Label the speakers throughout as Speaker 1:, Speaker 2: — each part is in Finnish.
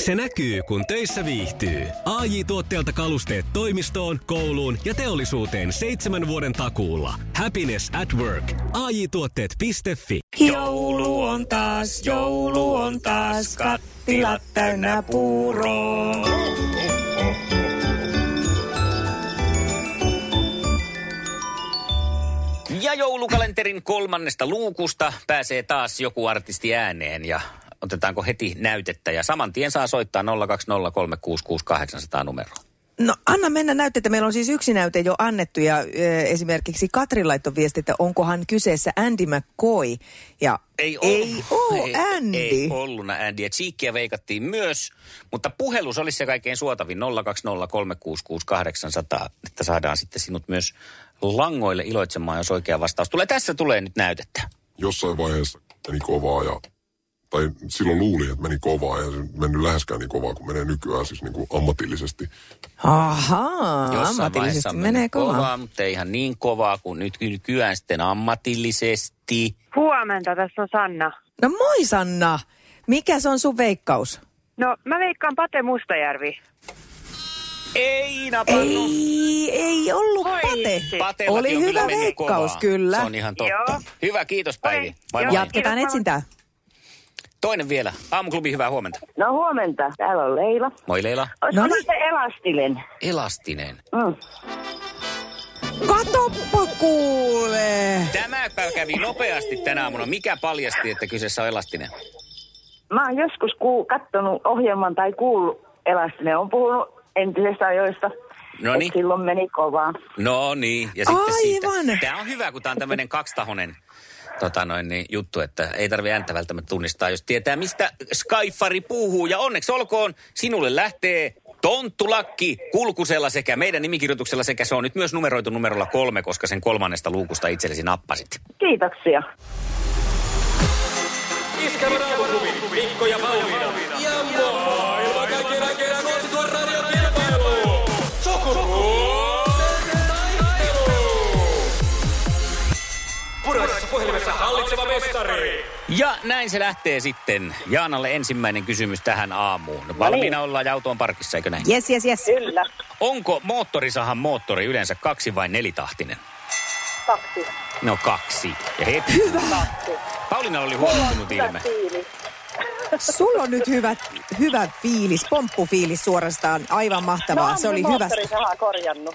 Speaker 1: Se näkyy, kun töissä viihtyy. ai tuotteelta kalusteet toimistoon, kouluun ja teollisuuteen seitsemän vuoden takuulla. Happiness at work. ai tuotteetfi
Speaker 2: Joulu on taas, joulu on taas, kattilat täynnä puuroa.
Speaker 3: Ja joulukalenterin kolmannesta luukusta pääsee taas joku artisti ääneen ja otetaanko heti näytettä ja saman tien saa soittaa 020366800 numeroon.
Speaker 4: No anna mennä näytettä. Meillä on siis yksi näyte jo annettu ja eh, esimerkiksi Katri laittoi viesti, että onkohan kyseessä Andy McCoy. Ja
Speaker 3: Ei ollut.
Speaker 4: ei oo
Speaker 3: ei,
Speaker 4: Andy.
Speaker 3: Ei ollut Andy. Ja Cheekkiä veikattiin myös, mutta puhelus olisi se kaikkein suotavin 020366800, että saadaan sitten sinut myös langoille iloitsemaan, jos oikea vastaus tulee. Tässä tulee nyt näytettä.
Speaker 5: jossain vaiheessa meni kovaa ja, tai silloin luulin, että meni kovaa ja se ei mennyt läheskään niin kovaa kuin menee nykyään siis niin kuin ammatillisesti.
Speaker 4: Ahaa,
Speaker 3: Jossain vaiheessa
Speaker 4: ammatillisesti
Speaker 3: on
Speaker 4: menee
Speaker 3: mennyt
Speaker 4: kovaa.
Speaker 3: mutta ei ihan niin kovaa kuin nyt nykyään sitten ammatillisesti.
Speaker 6: Huomenta, tässä on Sanna.
Speaker 4: No moi Sanna, mikä se on sun veikkaus?
Speaker 6: No, mä veikkaan Pate Mustajärvi.
Speaker 3: Ei napannut.
Speaker 4: Ei, ei ollut
Speaker 6: Oi,
Speaker 4: Pate.
Speaker 6: vitsi.
Speaker 3: No, Patellakin
Speaker 4: Oli
Speaker 3: on
Speaker 4: hyvä
Speaker 3: kyllä mennyt
Speaker 4: veikkaus,
Speaker 3: kovaa.
Speaker 4: kyllä.
Speaker 3: Se on ihan totta.
Speaker 6: Joo.
Speaker 3: Hyvä, kiitos Päivi.
Speaker 6: Oi,
Speaker 3: Moi
Speaker 6: joo.
Speaker 3: moi.
Speaker 4: Jatketaan
Speaker 6: Kiitos,
Speaker 4: etsintää.
Speaker 3: Toinen vielä. Aamuklubi, hyvää huomenta.
Speaker 7: No huomenta, täällä on Leila.
Speaker 3: Moi Leila.
Speaker 4: No
Speaker 7: Olisiko
Speaker 4: niin.
Speaker 7: no, se elastinen?
Speaker 3: Elastinen.
Speaker 7: Mm.
Speaker 4: Katoppa kuulee.
Speaker 3: Tämä kävi nopeasti tänä aamuna. Mikä paljasti, että kyseessä on elastinen?
Speaker 7: Mä oon joskus ku- kattonut ohjelman tai kuullut elastinen. On puhunut entisistä ajoista.
Speaker 3: No niin.
Speaker 7: Et Silloin meni kovaa.
Speaker 3: No niin, ja sitten siitä.
Speaker 4: Aivan.
Speaker 3: Tämä on hyvä, kun tämä on tämmöinen kaksitahonen tota noin, niin, juttu, että ei tarvitse ääntä välttämättä tunnistaa, jos tietää, mistä Skyfari puhuu. Ja onneksi olkoon, sinulle lähtee Tonttulakki kulkusella sekä meidän nimikirjoituksella sekä se on nyt myös numeroitu numerolla kolme, koska sen kolmannesta luukusta itsellesi nappasit.
Speaker 7: Kiitoksia.
Speaker 3: Ja näin se lähtee sitten. Jaanalle ensimmäinen kysymys tähän aamuun. Valmiina ollaan ja auto on parkissa, eikö näin?
Speaker 4: Yes, yes, yes.
Speaker 7: Kyllä.
Speaker 3: Onko moottorisahan moottori yleensä kaksi vai nelitahtinen?
Speaker 6: Kaksi.
Speaker 3: No kaksi. Ja heti. Hyvä. Paulina oli huolestunut ilme.
Speaker 4: Sulla on nyt hyvä, hyvä fiilis, pomppufiilis suorastaan. Aivan mahtavaa. Se
Speaker 6: niin
Speaker 4: oli hyvä.
Speaker 7: korjannut.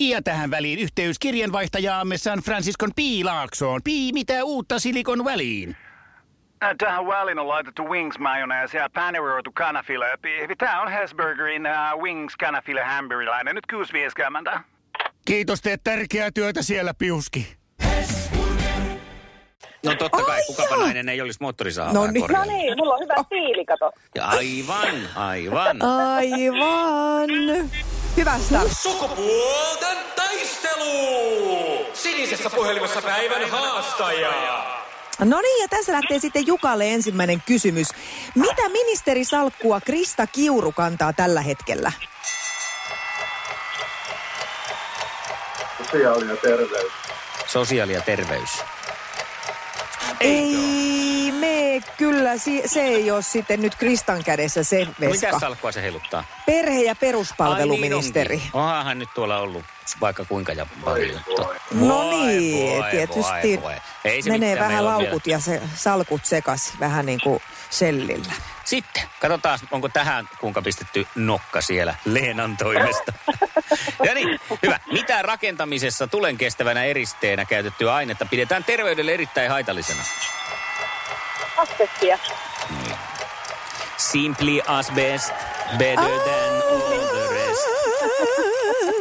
Speaker 8: Ja tähän väliin yhteys kirjanvaihtajaamme San Franciscon Piilaaksoon. Pii, mitä uutta Silikon väliin?
Speaker 9: Ä, Tähän väliin on laitettu wings mayonnaise ja paneroitu kanafila. Tämä on Hesburgerin uh, wings kanafila hamburilainen. Nyt kuusi vieskäämäntä.
Speaker 8: Kiitos, teet tärkeää työtä siellä, Piuski.
Speaker 3: No totta kai,
Speaker 4: Ai
Speaker 3: kukapa
Speaker 4: joo.
Speaker 3: nainen ei olisi moottorisahaa
Speaker 4: No
Speaker 3: vaan
Speaker 4: niin.
Speaker 3: korjannut.
Speaker 7: Niin, mulla on hyvä fiili, kato.
Speaker 3: Ja aivan, aivan.
Speaker 4: Ah. Aivan. Hyvä start.
Speaker 10: Sukupuolten taistelu! Sinisessä puhelimessa päivän haastaja.
Speaker 4: No niin, ja tässä lähtee sitten Jukalle ensimmäinen kysymys. Mitä ministerisalkkua Krista Kiuru kantaa tällä hetkellä?
Speaker 3: Sosiaali ja terveys.
Speaker 4: Ei me kyllä, si- se ei ole sitten nyt Kristan kädessä se
Speaker 3: No mitä
Speaker 4: veska.
Speaker 3: salkkua se heiluttaa?
Speaker 4: Perhe- ja
Speaker 3: Ai
Speaker 4: peruspalveluministeri.
Speaker 3: niin onkin. Onhan hän nyt tuolla ollut vaikka kuinka ja paljon. Totta.
Speaker 4: No
Speaker 3: Voi,
Speaker 4: niin,
Speaker 3: voi,
Speaker 4: tietysti
Speaker 3: voi, voi. Ei se
Speaker 4: menee
Speaker 3: mitään,
Speaker 4: vähän
Speaker 3: meillä on
Speaker 4: laukut ja se salkut sekas vähän niin kuin sellillä.
Speaker 3: Sitten, katsotaan, onko tähän kuinka pistetty nokka siellä Leenan toimesta. ja niin, hyvä. Mitä rakentamisessa tulen kestävänä eristeenä käytettyä ainetta pidetään terveydelle erittäin haitallisena? Niin.
Speaker 6: Asbestia.
Speaker 3: Simply as best, better than all the rest.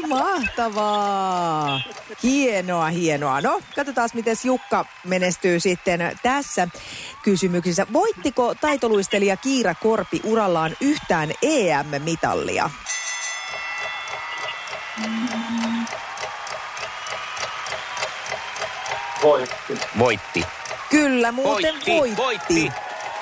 Speaker 4: Mahtavaa. Hienoa, hienoa. No, katsotaan, miten Jukka menestyy sitten tässä kysymyksessä. Voittiko taitoluistelija Kiira Korpi urallaan yhtään E EM-mitallia?
Speaker 3: Voitti. Voitti.
Speaker 4: Kyllä, muuten voitti.
Speaker 3: Voitti.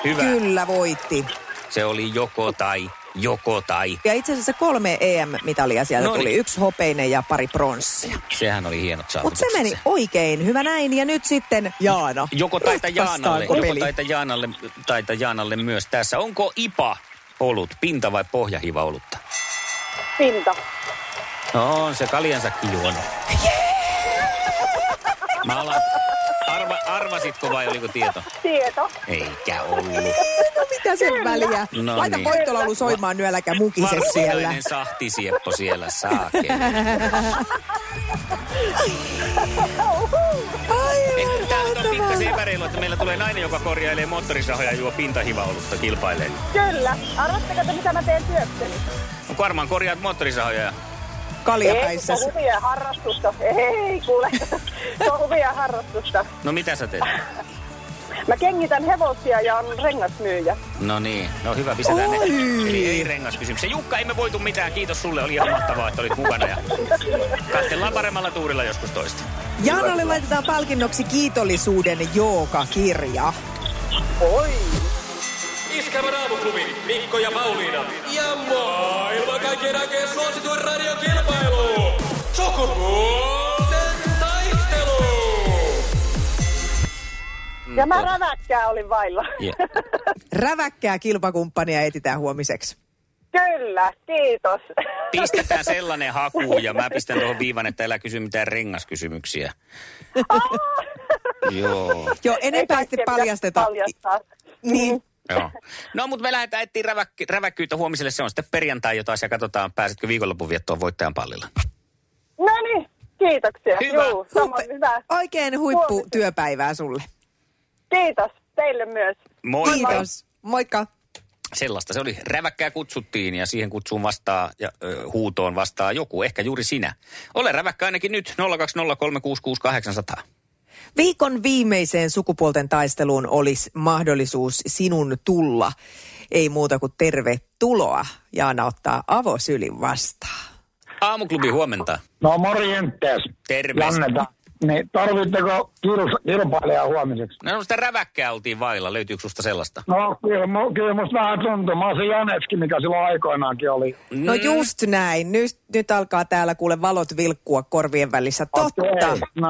Speaker 3: Hyvä.
Speaker 4: Kyllä voitti.
Speaker 3: Se oli joko tai, joko tai.
Speaker 4: Ja itse asiassa kolme EM-mitalia sieltä
Speaker 3: No niin.
Speaker 4: tuli. Yksi hopeinen ja pari pronssia.
Speaker 3: Sehän oli hienot
Speaker 4: Mutta se
Speaker 3: saavutukset.
Speaker 4: meni oikein. Hyvä näin. Ja nyt sitten Jaana.
Speaker 3: Joko taita Jaanalle,
Speaker 4: Ratkaistaanko
Speaker 3: joko
Speaker 4: peli?
Speaker 3: taita Jaanalle, taita Jaanalle myös tässä. Onko IPA olut, pinta vai pohjahiva olutta?
Speaker 6: Pinta.
Speaker 3: No on se kaljansakin juonut. Mä alan, arva, arvasitko vai oliko tieto?
Speaker 6: Tieto.
Speaker 3: Eikä ollut.
Speaker 4: No mitä sen väliä?
Speaker 3: No
Speaker 4: Laita
Speaker 3: niin.
Speaker 4: voittolaulu soimaan, nyt äläkä
Speaker 3: Mä
Speaker 4: mukiset siellä.
Speaker 3: rusinallinen sahtisieppo siellä saakeli.
Speaker 4: Aivan
Speaker 3: Tää on niin- pikkasen
Speaker 4: mahtavaa.
Speaker 3: epäreilua, että meillä tulee nainen, joka korjailee moottorisahoja ja juo pintahivaolutta kilpailee.
Speaker 6: Kyllä. Arvatteko te, mitä mä teen työkseni?
Speaker 3: No kun armaan korjaat moottorisahoja ja
Speaker 4: Kaljapäissä.
Speaker 6: Ei, kun se on huvia harrastusta. Ei, kuule. Se on huvia harrastusta.
Speaker 3: No mitä sä teet?
Speaker 6: Mä kengitän hevosia ja on rengasmyyjä.
Speaker 3: No niin, no hyvä, pistetään ne.
Speaker 4: Oi.
Speaker 3: Eli ei rengaskysymyksiä. Jukka, emme voitu mitään. Kiitos sulle, oli ihan mahtavaa, että olit mukana. Ja katsellaan paremmalla tuurilla joskus toista.
Speaker 4: Jaanalle laitetaan palkinnoksi kiitollisuuden jooga-kirja.
Speaker 10: Iskävä raamuklubi, Mikko ja Pauliina. Ja maailman kaikkien aikeen suosituen radiokilpailu. Sukupuolten taistelu.
Speaker 3: Mm,
Speaker 6: Ja mä räväkkää olin vailla.
Speaker 3: Yeah.
Speaker 4: Räväkkää kilpakumppania etsitään huomiseksi.
Speaker 6: Kyllä, kiitos.
Speaker 3: Pistetään sellainen haku ja mä pistän tuohon viivan, että älä kysy mitään rengaskysymyksiä. Joo.
Speaker 4: Joo, enempää
Speaker 6: Ei
Speaker 4: ette
Speaker 6: kaikkea pidä
Speaker 4: paljasteta.
Speaker 6: Paljastaa.
Speaker 4: Niin,
Speaker 3: Joo. No, mutta me lähdetään etsiä räväk- räväkkyyttä huomiselle. Se on sitten perjantai jotain ja katsotaan, pääsetkö viikonlopun viettoon voittajan pallilla.
Speaker 6: No niin, kiitoksia.
Speaker 3: Hyvä.
Speaker 6: Juu, samoin
Speaker 4: hupe-
Speaker 6: hyvä.
Speaker 4: oikein huipputyöpäivää sulle.
Speaker 6: Kiitos teille myös.
Speaker 3: Moi.
Speaker 4: Kiitos. Moikka.
Speaker 3: Sellaista se oli. Räväkkää kutsuttiin ja siihen kutsuun vastaa ja ö, huutoon vastaa joku, ehkä juuri sinä. Ole räväkkä ainakin nyt 020366800.
Speaker 4: Viikon viimeiseen sukupuolten taisteluun olisi mahdollisuus sinun tulla. Ei muuta kuin tervetuloa. Jaana ottaa avosylin vastaan.
Speaker 3: Aamuklubi huomenta.
Speaker 11: No morjentes.
Speaker 3: Terve.
Speaker 11: Janneta. Niin, tarvitteko kilus- kilpailijaa huomiseksi?
Speaker 3: No sitä räväkkää oltiin vailla. Löytyykö susta sellaista?
Speaker 11: No kyllä, mu- kyllä musta vähän tuntuu. Mä oon se Janetski, mikä silloin aikoinaankin oli.
Speaker 4: No just näin. Nyt, nyt alkaa täällä kuule valot vilkkua korvien välissä.
Speaker 11: Okei,
Speaker 4: Totta.
Speaker 11: No,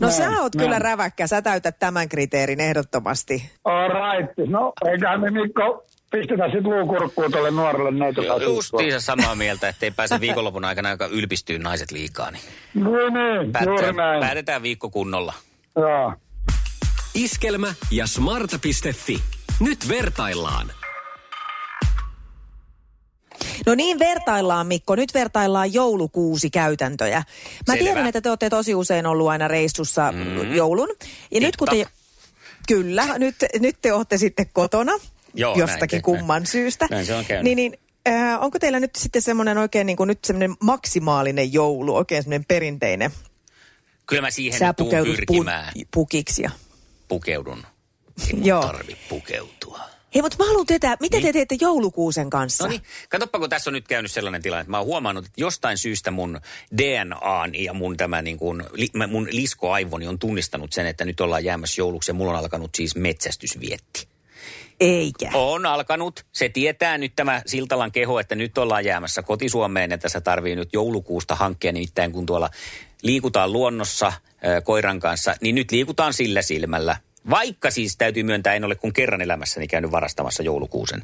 Speaker 4: No
Speaker 11: näin,
Speaker 4: sä oot
Speaker 11: näin.
Speaker 4: kyllä räväkkä. Sä täytät tämän kriteerin ehdottomasti.
Speaker 11: All right. No eiköhän me Mikko pistetä sit luukurkkuun tuolle nuorelle neitotaan.
Speaker 3: Justiinsa samaa mieltä, ettei pääse viikonlopun aikana, joka ylpistyy naiset liikaa. Niin
Speaker 11: Niin, niin, juuri
Speaker 3: päätetään,
Speaker 11: näin.
Speaker 3: päätetään viikko kunnolla.
Speaker 11: Joo.
Speaker 1: Iskelmä ja smarta.fi. Nyt vertaillaan.
Speaker 4: No niin, vertaillaan Mikko. Nyt vertaillaan joulukuusi käytäntöjä. Mä
Speaker 3: Selvä.
Speaker 4: tiedän, että te olette tosi usein ollut aina reissussa mm. joulun. Ja nyt kun te...
Speaker 3: Tiktak.
Speaker 4: Kyllä, nyt, nyt te olette sitten kotona
Speaker 3: Joo, näin
Speaker 4: jostakin
Speaker 3: te-
Speaker 4: kumman
Speaker 3: näin.
Speaker 4: syystä.
Speaker 3: Näin se on käynyt.
Speaker 4: Niin, niin äh, onko teillä nyt sitten semmoinen oikein niin kuin nyt semmoinen maksimaalinen joulu, oikein semmoinen perinteinen?
Speaker 3: Kyllä mä siihen
Speaker 4: Sä
Speaker 3: nyt tuun
Speaker 4: pukeudut
Speaker 3: pyrkimään.
Speaker 4: pu- pukiksi ja...
Speaker 3: Pukeudun. Ei mun
Speaker 4: Joo.
Speaker 3: tarvi pukeutua.
Speaker 4: Hei, mutta mä haluan tietää, mitä te teette joulukuusen kanssa?
Speaker 3: Niin. No niin, katoppa kun tässä on nyt käynyt sellainen tilanne, että mä oon huomannut, että jostain syystä mun DNAni ja mun, tämä niin kuin, li, mä- mun liskoaivoni on tunnistanut sen, että nyt ollaan jäämässä jouluksi ja mulla on alkanut siis metsästysvietti.
Speaker 4: Eikä.
Speaker 3: On alkanut. Se tietää nyt tämä Siltalan keho, että nyt ollaan jäämässä kotisuomeen ja tässä tarvii nyt joulukuusta hankkia. Nimittäin kun tuolla liikutaan luonnossa ö, koiran kanssa, niin nyt liikutaan sillä silmällä. Vaikka siis täytyy myöntää, en ole kuin kerran elämässäni käynyt varastamassa joulukuusen.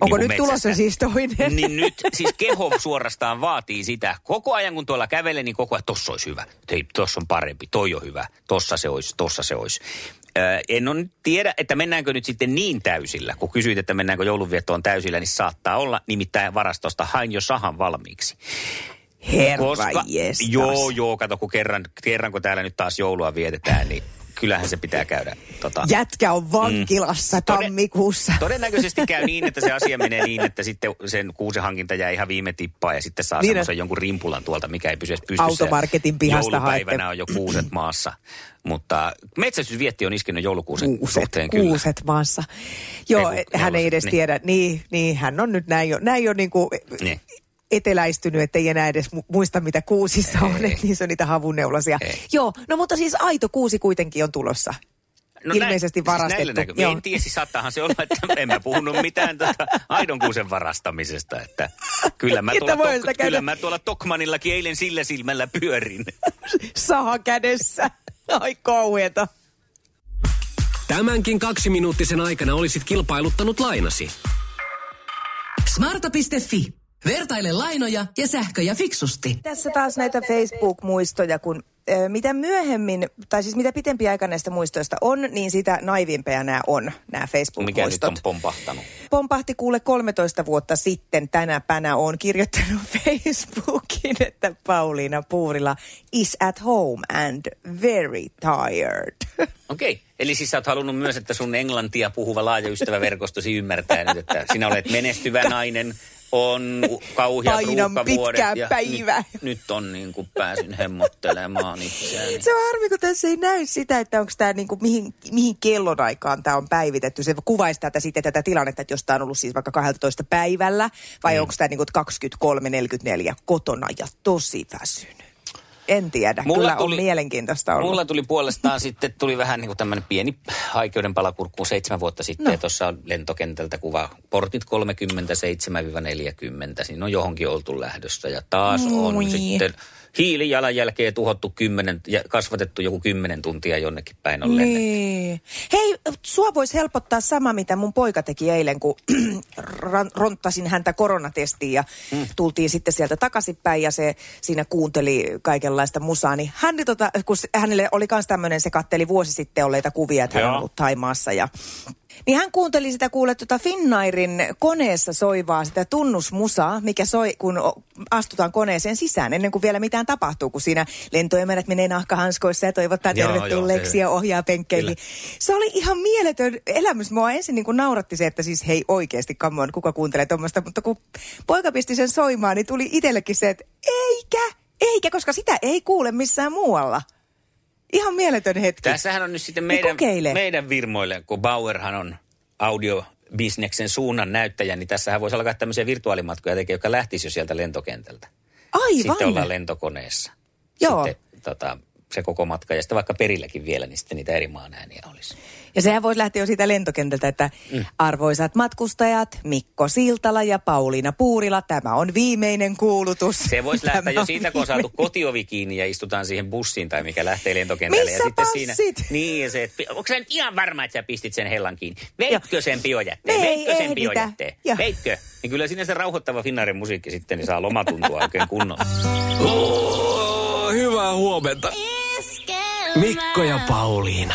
Speaker 4: Onko
Speaker 3: niin kuin
Speaker 4: nyt tulossa
Speaker 3: metsästä.
Speaker 4: siis toinen?
Speaker 3: Niin nyt siis keho suorastaan vaatii sitä. Koko ajan kun tuolla kävelee, niin koko ajan tossa olisi hyvä. Hei, tossa on parempi, toi on hyvä, tossa se olisi, tossa se olisi. Öö, en on tiedä, että mennäänkö nyt sitten niin täysillä. Kun kysyit, että mennäänkö joulunviettoon täysillä, niin saattaa olla. Nimittäin varastosta hain jo sahan valmiiksi.
Speaker 4: Herra jestas.
Speaker 3: Joo, joo, kato kun kerran, kerran kun täällä nyt taas joulua vietetään, niin kyllähän se pitää käydä. Tota,
Speaker 4: Jätkä on vankilassa mm. tammikuussa.
Speaker 3: Todennäköisesti käy niin, että se asia menee niin, että sitten sen kuusen hankinta jää ihan viime tippaan ja sitten saa
Speaker 4: Niin.
Speaker 3: niin. semmoisen jonkun rimpulan tuolta, mikä ei pysy edes pystyssä.
Speaker 4: Automarketin pihasta
Speaker 3: Joulupäivänä
Speaker 4: haette.
Speaker 3: on jo kuuset maassa. Mutta metsästysvietti on iskenyt joulukuusen
Speaker 4: Kuuset,
Speaker 3: suhteen kyllä.
Speaker 4: kuuset maassa. Joo,
Speaker 3: Ei, kun
Speaker 4: hän ei
Speaker 3: joulukuuset,
Speaker 4: edes
Speaker 3: niin.
Speaker 4: tiedä. Niin, niin, hän on nyt näin jo, näin jo niin kuin
Speaker 3: Niin.
Speaker 4: eteläistynyt, ettei enää edes mu- muista, mitä kuusissa on, että niissä on niitä havuneulasia. Joo, no mutta siis aito kuusi kuitenkin on tulossa.
Speaker 3: No
Speaker 4: Ilmeisesti
Speaker 3: näin,
Speaker 4: varastettu.
Speaker 3: Siis näillä näkö-
Speaker 4: Joo.
Speaker 3: en tiedä, siis saattaahan se olla, että en mä puhunut mitään tuota aidon kuusen varastamisesta. Että kyllä, mä
Speaker 4: Että
Speaker 3: tuolla,
Speaker 4: voi sitä
Speaker 3: tok-
Speaker 4: käydä.
Speaker 3: kyllä mä tuolla Tokmanillakin eilen sillä silmällä pyörin.
Speaker 4: Saha kädessä. Ai kauheeta.
Speaker 1: Tämänkin kaksiminuuttisen aikana olisit kilpailuttanut lainasi.
Speaker 12: Smarta.fi. Vertaile lainoja ja sähköjä fiksusti.
Speaker 4: Tässä taas näitä Facebook-muistoja, kun ö, mitä myöhemmin, tai siis mitä pitempi aika näistä muistoista on, niin sitä naivimpia nämä on, nämä
Speaker 3: Mikä nyt
Speaker 4: Facebook-muistot.
Speaker 3: on pompahtanut.
Speaker 4: Pompahti kuule 13 vuotta sitten tänä pänä on kirjoittanut Facebookiin, että Pauliina Puurila is at home and very tired.
Speaker 3: Okei, okay. eli siis sä oot halunnut myös, että sun englantia puhuva laaja ystäväverkostosi ymmärtää nyt, että sinä olet menestyvä nainen, on u- kauheat
Speaker 4: Painan
Speaker 3: ruuhkavuodet.
Speaker 4: pitkää
Speaker 3: ja
Speaker 4: päivää.
Speaker 3: Nyt, nyt on niin kuin pääsin hemmottelemaan itseäni.
Speaker 4: Se on harmi, kun tässä ei näy sitä, että onko tämä niinku, mihin, mihin kellonaikaan tämä on päivitetty. Se kuvaisi tätä, sitten tätä tilannetta, että jos tämä on ollut siis vaikka 12 päivällä, vai mm. onko tämä niinku 23.44 kotona ja tosi väsynyt. En tiedä, mulla kyllä tuli, on mielenkiintoista ollut.
Speaker 3: Mulla tuli puolestaan sitten, tuli vähän niin kuin tämmöinen pieni oikeuden palakurkkuun seitsemän vuotta sitten.
Speaker 4: No.
Speaker 3: No. Tuossa on lentokentältä kuva, portit 37-40, siinä on johonkin oltu lähdössä. Ja taas
Speaker 4: Moi.
Speaker 3: on sitten hiilijalanjälkeä tuhottu 10, ja kasvatettu joku 10 tuntia jonnekin päin on lennetty.
Speaker 4: Niin. Hei, sua voisi helpottaa sama, mitä mun poika teki eilen, kun ran- ronttasin häntä koronatestiin ja mm. tultiin sitten sieltä takaisinpäin ja se siinä kuunteli kaikenlaista musaa. Niin hän, tota, kun se- hänelle oli myös tämmöinen, se katteli vuosi sitten olleita kuvia, että hän on
Speaker 13: Joo.
Speaker 4: ollut Taimaassa ja niin hän kuunteli sitä kuule tuota Finnairin koneessa soivaa sitä tunnusmusaa, mikä soi, kun o- astutaan koneeseen sisään ennen kuin vielä mitään tapahtuu, kun siinä lentoemänät menee nahkahanskoissa ja toivottaa
Speaker 13: Joo,
Speaker 4: tervetulleeksi
Speaker 13: joo,
Speaker 4: ja
Speaker 13: se-
Speaker 4: ohjaa penkkeihin.
Speaker 13: Kyllä.
Speaker 4: Se oli ihan mieletön elämys. Mua ensin niin kuin nauratti se, että siis hei oikeasti, come on, kuka kuuntelee tuommoista. Mutta kun poika pisti sen soimaan, niin tuli itsellekin se, että eikä, eikä, koska sitä ei kuule missään muualla. Ihan mieletön hetki.
Speaker 3: Tässähän on nyt sitten
Speaker 4: Niin
Speaker 3: meidän,
Speaker 4: kokeile.
Speaker 3: meidän virmoille, kun Bauerhan on audiobisneksen suunnan näyttäjä, niin tässähän voisi alkaa tämmöisiä virtuaalimatkoja tekemään, jotka lähtisi jo sieltä lentokentältä.
Speaker 4: Aivan.
Speaker 3: Sitten ollaan lentokoneessa.
Speaker 4: Joo.
Speaker 3: Sitten, tota, se koko matka ja sitten vaikka perilläkin vielä, niin sitten niitä eri maan ääniä olisi.
Speaker 4: Ja sehän voisi lähteä jo siitä lentokentältä, että mm. arvoisat matkustajat, Mikko Siltala ja Pauliina Puurila, tämä on viimeinen kuulutus.
Speaker 3: Se voisi lähteä
Speaker 4: Tämä
Speaker 3: jo siitä, kun on saatu kotiovi kiinni ja istutaan siihen bussiin tai mikä lähtee lentokentälle.
Speaker 4: Missä
Speaker 3: ja sitten
Speaker 4: passit?
Speaker 3: siinä, niin, ja se, että, onko sä nyt ihan varma, että sä pistit sen hellan kiinni? Veitkö sen biojätteen?
Speaker 4: Me ei
Speaker 3: Veitkö sen
Speaker 4: ehditä.
Speaker 3: biojätteen?
Speaker 4: Joo.
Speaker 3: Veitkö? Niin kyllä siinä se rauhoittava Finnairin musiikki sitten niin saa lomatuntua oikein kunnolla.
Speaker 1: Oh, hyvää huomenta. Mikko ja Pauliina.